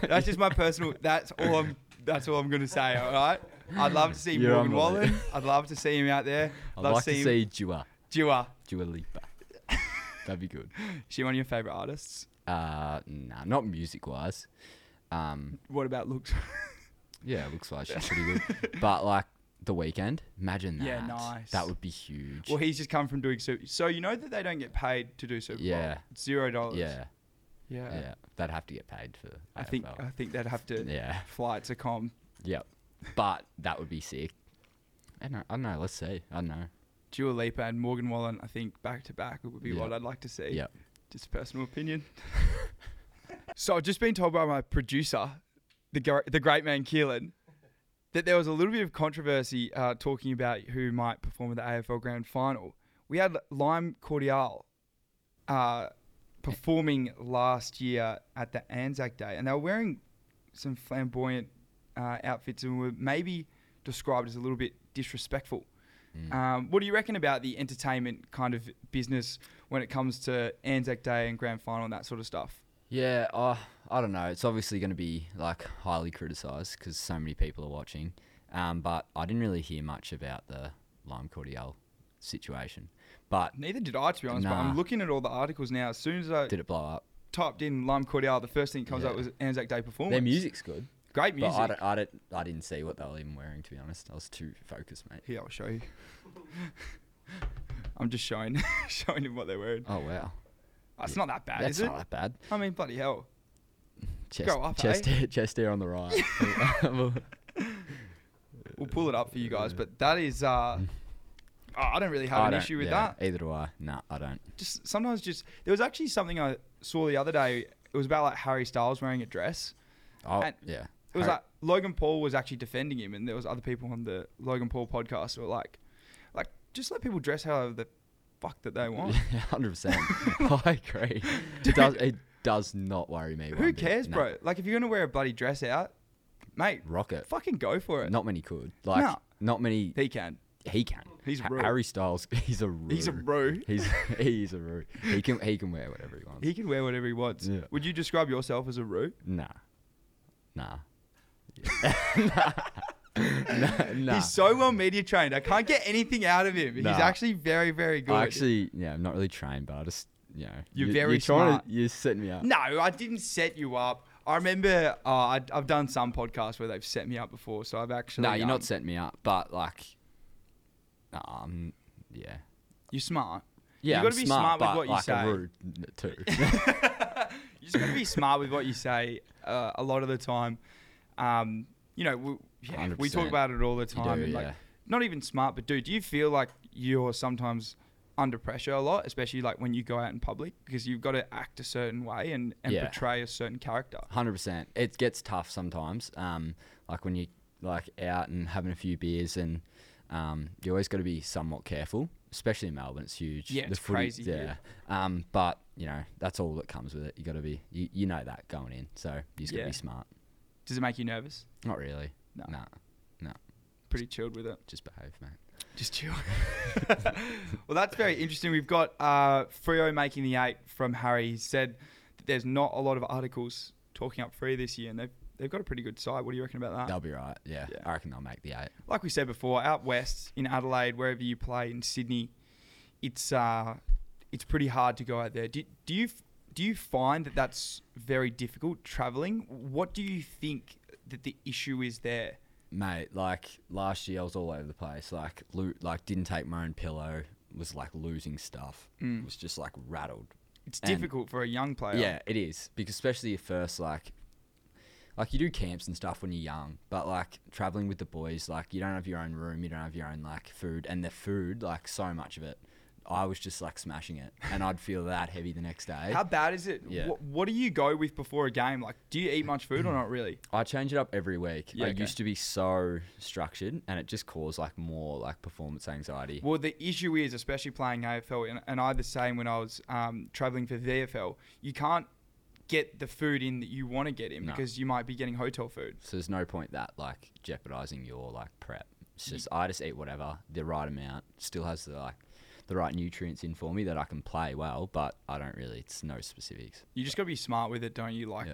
that's just my personal. That's all I'm. That's all I'm gonna say. All right. I'd love to see You're Morgan Wallen. unbelievable. I'd love to see him out there. I'd love like to see, to see Dua, Dua. Dua Lipa. That'd be good. Is she one of your favorite artists? Uh, nah, not music wise. Um, What about looks? yeah, it looks like she's pretty good. But like the weekend, imagine that. Yeah, nice. That would be huge. Well, he's just come from doing Super. So you know that they don't get paid to do Super Bowl. Yeah. It's zero dollars. yeah, yeah, yeah, They'd have to get paid for. I think AFL. I think they'd have to yeah. fly to com. Yep. But that would be sick. I don't know. I don't know. Let's see. I don't know. Dua Lipa and Morgan Wallen. I think back to back would be what Yeah. I'd like to see. Yeah. Just personal opinion. so I've just been told by my producer, the gr- the great man Keelan, that there was a little bit of controversy uh, talking about who might perform at the AFL Grand Final. We had Lime Cordial uh, performing last year at the Anzac Day, and they were wearing some flamboyant uh, outfits and were maybe described as a little bit disrespectful. Um, what do you reckon about the entertainment kind of business when it comes to Anzac Day and Grand Final and that sort of stuff? Yeah, uh, I don't know. It's obviously going to be like highly criticised because so many people are watching. Um, but I didn't really hear much about the Lime Cordial situation. But Neither did I, to be honest. But Nah. I'm looking at all the articles now. As soon as I did it blow up? typed in Lime Cordial, the first thing that comes Yeah. up was Anzac Day performance. Their music's good, Great music. but I, don't, I, don't, I didn't see what they were even wearing. To be honest, I was too focused, mate. Here, I'll show you. I'm just showing showing him what they're wearing. Oh wow, Oh, it's not that bad, that's is it? not that bad. I mean, bloody hell. Chest, Grow up, chest, eh? hair, chest hair on the right. We'll pull it up for you guys, but that is. Uh, oh, I don't really have I an don't- issue with yeah, that. Either do I. No, I don't. just sometimes just there was actually something I saw the other day. It was about like Harry Styles wearing a dress. Oh And yeah, It was Har- like Logan Paul was actually defending him, and there was other people on the Logan Paul podcast who were like, like just let people dress however the fuck that they want. Yeah, hundred percent. I agree. It does. It does not worry me. one Who bit. cares, No. bro? Like, if you're gonna wear a bloody dress out, mate, Rock it. fucking go for it. Not many could. Like No. not many. He can. He can. He's a Ha- roo. Harry Styles. He's a roo. He's a roo. He's he's a roo. He can he can wear whatever he wants. He can wear whatever he wants. Yeah. Would you describe yourself as a roo? nah, nah. Yeah. nah, nah. He's so well media trained. I can't get anything out of him. Nah. He's actually very, very good. I actually, yeah, I'm not really trained, but I just, you know, You're you- very you're trying smart. To, you're setting me up. No, I didn't set you up. I remember uh, I, I've done some podcasts where they've set me up before, so I've actually. No, you're um, not setting me up, but like, um, yeah, You're smart. yeah. gotta I'm be smart smart, with but what you like say. a rude n- too. You just got to be smart with what you say. Uh, a lot of the time, um, you know, we, yeah, we talk 100%. about it all the You time. do, and like, yeah. not even smart, but dude, do you feel like you're sometimes under pressure a lot, especially like when you go out in public because you've got to act a certain way and, and Yeah. portray a certain character? Hundred percent. It gets tough sometimes. Um, like when you like out and having a few beers, and um, you always got to be somewhat careful, especially in Melbourne. It's huge. Yeah, it's crazy Yeah. here. Um, but you know that's all that comes with it. You got to be, you, you know that going in. So you just got to Yeah. be smart. Does it make you nervous? Not really. No. Nah, Pretty chilled with it. just behave, mate. Just chill. well, that's very interesting. We've got uh, Frio making the eight from Harry. He said that there's not a lot of articles talking up Free this year, and they've, they've got a pretty good side. What do you reckon about that? They'll be right. Yeah. Uh. yeah. I reckon they'll make the eight. Like we said before, out west in Adelaide, wherever you play in Sydney, it's uh, it's pretty hard to go out there. Do, do you do you find that that's very difficult traveling? What do you think that the issue is there? Mate, like last year I was all over the place. Like, lo- like didn't take my own pillow. Was like losing stuff. Was just like rattled. It's Mm. And- difficult for a young player. Yeah, it is because especially your first like, like you do camps and stuff when you're young, but like traveling with the boys, like you don't have your own room, you don't have your own like food, and the food, like so much of it, I was just like smashing it, and I'd feel that heavy the next day. How bad is it? Yeah. What, what do you go with before a game? Like, do you eat much food or not really? I change it up every week. Yeah, I okay. used to be so structured, and it just caused like more like performance anxiety. Well, the issue is, especially playing AFL, and, and I had the same when I was um, traveling for VFL, you can't get the food in that you want to get in No. because you might be getting hotel food. So there's no point that like jeopardizing your like prep. It's Mm. just I just eat whatever the right amount. Still has the like the right nutrients in for me that I can play well, but I don't really. It's no specifics. You just got to be smart with it, don't you? Like, Yeah.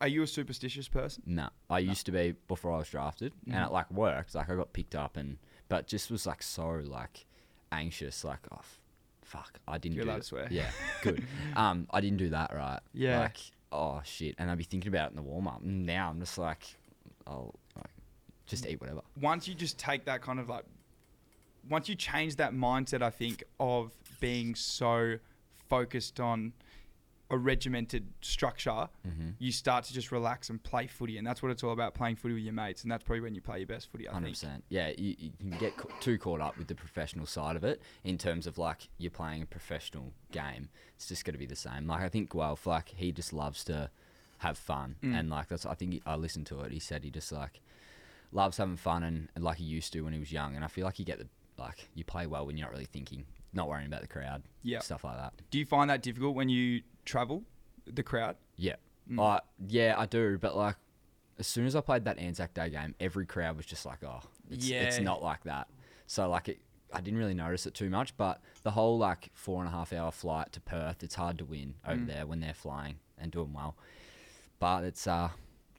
are you a superstitious person? Nah, I used to be before I was drafted, and Mm. it like worked. Like I got picked up, and but just was like so like anxious. Like oh, f- fuck, I didn't. You're do allowed it. to swear. Yeah, good. um, I didn't do that right. Yeah. Like oh shit, and I'd be thinking about it in the warm up. Now I'm just like, I'll like Mm. just eat whatever. Once you just take that kind of like, once you change that mindset, I think, of being so focused on a regimented structure, Mm-hmm. you start to just relax and play footy, and that's what it's all about playing footy with your mates, and that's probably when you play your best footy. I Hundred think. percent. Yeah, you, you can get ca- too caught up with the professional side of it in terms of like you're playing a professional game. It's just going to be the same. Like I think Guelph, like he just loves to have fun, Mm. and like that's I think he, I listened to it. He said he just like loves having fun and, and like he used to when he was young. And I feel like you get the like you play well when you're not really thinking, not worrying about the crowd, Yeah. stuff like that. Do you find that difficult when you travel, the crowd? Yeah. Mm. I yeah, I do, but like as soon as I played that Anzac Day game, every crowd was just like, "Oh, it's, it's Yeah. not like that." So like it, I didn't really notice it too much, but the whole like four and a half hour flight to Perth, it's hard to win over Mm. there when they're flying and doing well. But it's uh,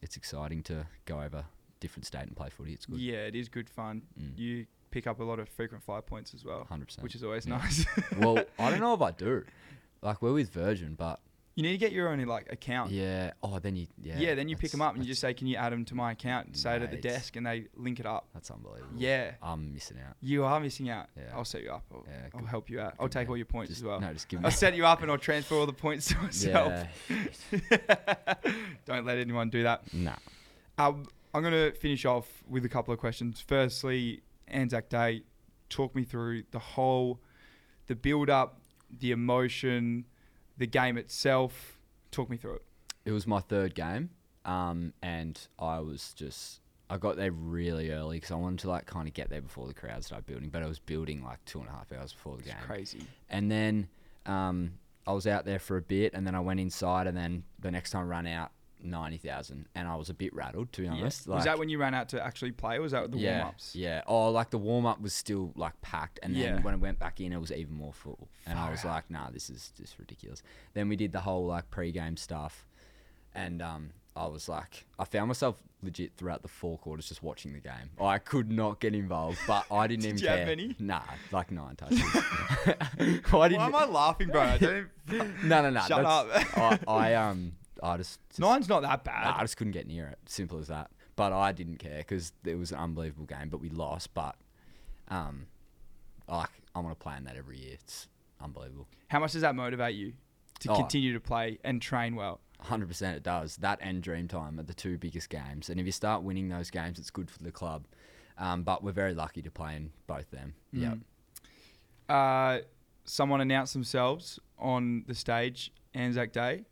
it's exciting to go over different state and play footy. It's good, Yeah, it is good fun. Mm. You pick up a lot of frequent flyer points as well, hundred percent. which is always Yeah. nice. well, I don't know if I do. Like we're with Virgin, but you need to get your own like account. yeah. Oh, then you yeah. Yeah, then you pick that's- them up and you that's- just say, "Can you add them to my account?" And say it at the Mate. desk, and they link it up. That's unbelievable. Yeah, I'm missing out. you are missing out. Yeah. I'll set you up. I'll, Yeah, I'll good- help you out. I'll good take man. all your points Just- as well. No, just give me. I'll set you up and I'll transfer all the points to myself. Don't let anyone do that. Nah. Um, I'm going to finish off with a couple of questions. Firstly, Anzac Day, talk me through the whole, the build up, the emotion, the game itself. Talk me through it. It was my third game, um, and I was just I got there really early because I wanted to like kind of get there before the crowd started building, but I was building like two and a half hours before the game. Crazy. And then um, I was out there for a bit, and then I went inside, and then the next time I ran out ninety thousand, and I was a bit rattled to be honest. was that when you ran out to actually play? Or was that the yeah, warm ups? Yeah. Oh, like the warm up was still like packed, and then Yeah. when I went back in, it was even more full, and I was like, "Nah, this is just ridiculous." Then we did the whole like pre-game stuff, and um, I was like, I found myself legit throughout the four quarters just watching the game. I could not get involved, but I didn't even Did you care. have many? Nah, like nine touches. I Why am I laughing, bro? I don't even- No, no, no. Shut that's- I, I um, I just, just Nine's not that bad. Nah, I just couldn't get near it. Simple as that. But I didn't care because it was an unbelievable game, but we lost. But um, like I'm gonna plan that every year. It's unbelievable. How much does that motivate you to Oh. continue to play and train well? 100% it does. That and Dream Time are the two biggest games, and if you start winning those games, it's good for the club. Um, but we're very lucky to play in both them. Mm. Yeah. Uh, someone announced themselves on the stage Anzac Day.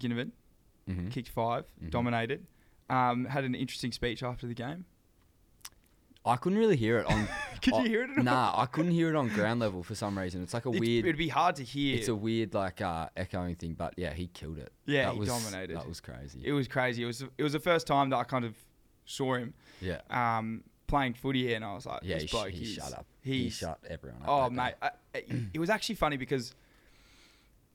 Ginnivan Mhm. kicked 5 dominated. Um, had an interesting speech after the game. I couldn't really hear it on. Could you I- hear it at all? Nah, I couldn't hear it on ground level for some reason. It's like a It, weird. It'd be hard to hear. It's a weird like uh, echoing thing, but yeah, he killed it. Yeah, that he was, dominated. That was crazy. it was crazy. It was it was the first time that I kind of saw him yeah, um, playing footy here, and I was like, yeah. this He, sh- bloke he is- shut up. He He's, shut everyone up. Oh that day. mate, I, I- it was actually funny because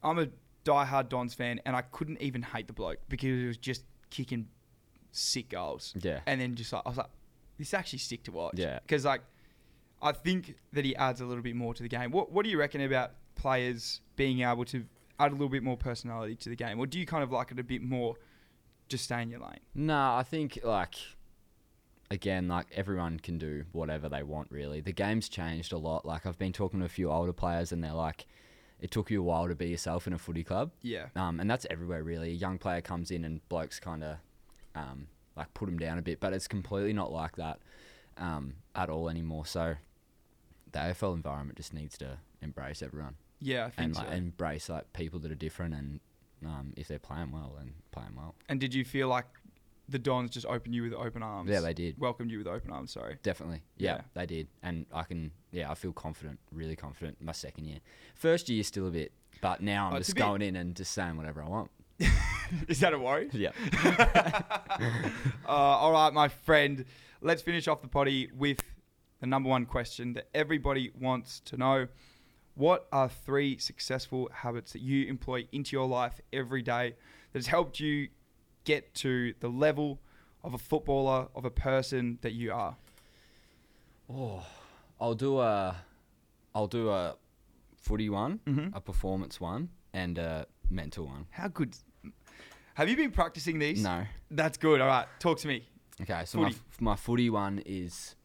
I'm a diehard Dons fan, and I couldn't even hate the bloke because he was just kicking sick goals. Yeah. and then just like I was like, this is actually sick to watch. Yeah. because like I think that he adds a little bit more to the game. What What do you reckon about players being able to add a little bit more personality to the game, or do you kind of like it a bit more? Just stay in your lane. No, I think like again, like everyone can do whatever they want really. The game's changed a lot. Like I've been talking to a few older players and they're like it took you a while to be yourself in a footy club. Yeah. Um, and that's everywhere really. A young player comes in and blokes kind of um, like put him down a bit, but it's completely not like that um, at all anymore. So the AFL environment just needs to embrace everyone Yeah, I think and so. like, embrace like people that are different and um, if they're playing well, then playing well. And did you feel like the Dons just opened you with open arms? Yeah, they did. Welcomed you with open arms, sorry. Definitely. Yeah, Yeah. they did. And I can, yeah, I feel confident, really confident my second year. First year, still a bit, but now I'm Oh, it's a just bit- going in and just saying whatever I want. Is that a worry? Yeah. Uh, all right, my friend. Let's finish off the potty with the number one question that everybody wants to know. What are three successful habits that you employ into your life every day that has helped you get to the level of a footballer, of a person that you are? Oh, I'll do a, I'll do a footy one, a performance one, and a mental one. How good. Have you been practicing these? No. That's good. All right, talk to me. Okay, so my, Footy. f- my footy one is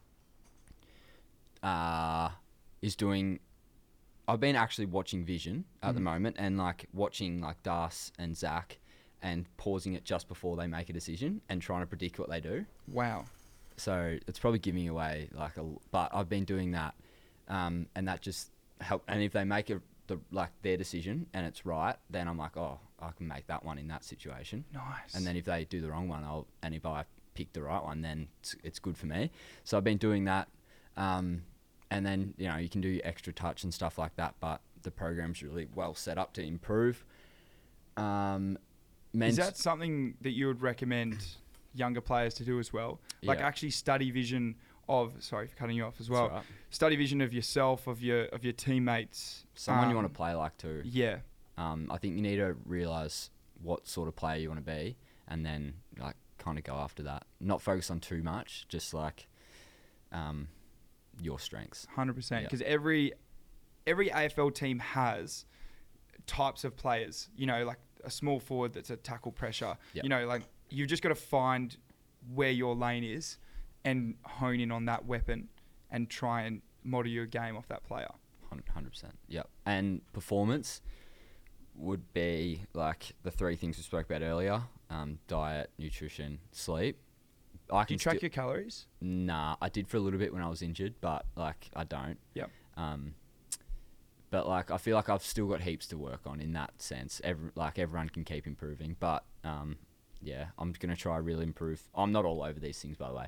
uh is doing I've been actually watching Vision at the moment and like watching like Das and Zach and pausing it just before they make a decision and trying to predict what they do. Wow. So it's probably giving away like a l- but I've been doing that um and that just help and if they make a the, like their decision and it's right, then I'm like, oh, I can make that one in that situation. Nice. And then if they do the wrong one, I'll and if I pick the right one, then it's, it's good for me. So I've been doing that, um, and then you know you can do your extra touch and stuff like that. But the program's really well set up to improve. Um, Is men's, that something that you would recommend younger players to do as well? Like Yeah. actually study vision of sorry for cutting you off as well. all right. Study vision of yourself, of your of your teammates. someone you Um, want to play like too. Yeah. Um, I think you need to realize what sort of player you want to be, and then like kind of go after that. Not focus on too much, just like um, your strengths. Hundred percent. Yeah. Because every every AFL team has types of players. You know, like a small forward that's a tackle pressure. Yeah. You know, like you've just got to find where your lane is and hone in on that weapon and try and model your game off that player. Hundred percent. Yep. And performance would be like the three things we spoke about earlier: um, diet, nutrition, sleep. I Do can you track still- your calories? Nah, I did for a little bit when I was injured, but like I don't. Yep. Um, but like I feel like I've still got heaps to work on in that sense. Every, like everyone can keep improving, but um, yeah, I'm gonna try really improve. I'm not all over these things, by the way,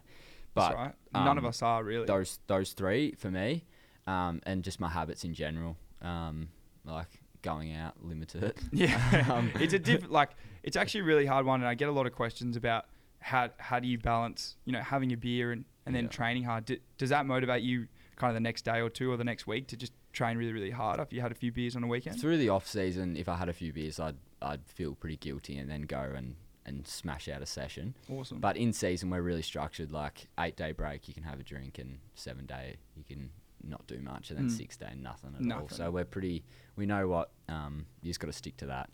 but That's right. None of um, us are really. those those three for me, um, and just my habits in general, um, like going out, limited. Yeah, Um, it's a different like it's actually a really hard one, and I get a lot of questions about how how do you balance you know having a beer and and then Yeah. training hard. D- does that motivate you kind of the next day or two or the next week to just train really really hard after you had a few beers on a weekend? Through the off season, if I had a few beers, I'd I'd feel pretty guilty and then go and and smash out a session. Awesome. But in season, we're really structured. Like eight day break, you can have a drink, and seven day you can not do much, and then Mm. six day nothing at all. Nothing. So we're pretty. We know what. Um, you just got to stick to that.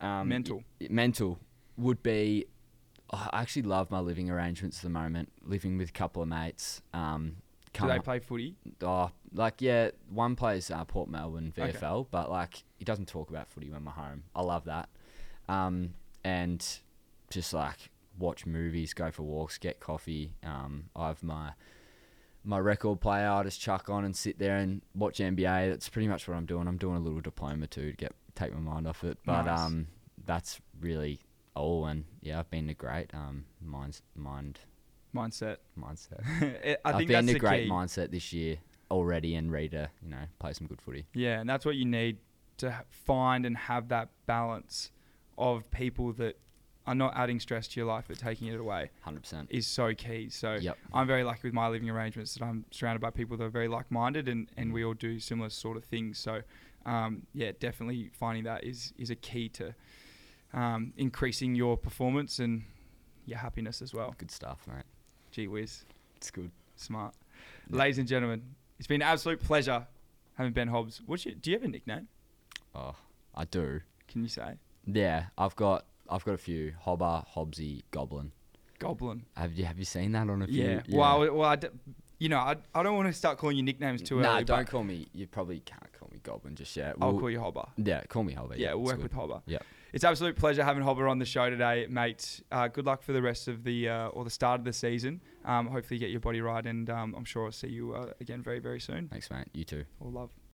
Um, Mental. y- mental would be. I actually love my living arrangements at the moment. Living with a couple of mates. Um, do come they play footy? Oh, like yeah, one plays uh, Port Melbourne Okay. VFL, but like he doesn't talk about footy when we're home. I love that, um, and just like watch movies, go for walks, get coffee. Um, I have my my record player. I just chuck on and sit there and watch NBA. That's pretty much what I'm doing. I'm doing a little diploma too to get take my mind off it. But Nice. um, that's really all. And yeah, I've been to great um mind mind Mindset. mindset. I think I've that's been the to great key. mindset this year already, and Reader, you know, play some good footy. Yeah, and that's what you need to h- find and have that balance of people that are not adding stress to your life but taking it away Hundred percent. is so key. So Yep. I'm very lucky with my living arrangements that I'm surrounded by people that are very like minded and, and we all do similar sort of things. So, um, yeah, definitely finding that is, is a key to um, increasing your performance and your happiness as well. Good stuff, mate. Gee whiz, It's good. smart. Ladies and gentlemen, it's been an absolute pleasure having Ben Hobbs. What's your, do you have a nickname? Oh, I do. Can you say? Yeah, I've got I've got a few Hobber, Hobbsy, Goblin. Goblin. Have you have you seen that on a few? Yeah. Well, I, well I d- you know, I, I don't want to start calling you nicknames too early. nah, uh, but don't call me. You probably can't call me Goblin just yet. I'll We'll- call you Hobber. Yeah, call me Hobber. Yeah, we'll it's work good. with Hobber. Yeah. It's absolute pleasure having Hobber on the show today, mate. Uh, good luck for the rest of the uh, or the start of the season. Um, hopefully, you get your body right, and um, I'm sure I'll see you uh, again very, very soon. Thanks, mate. You too. All love.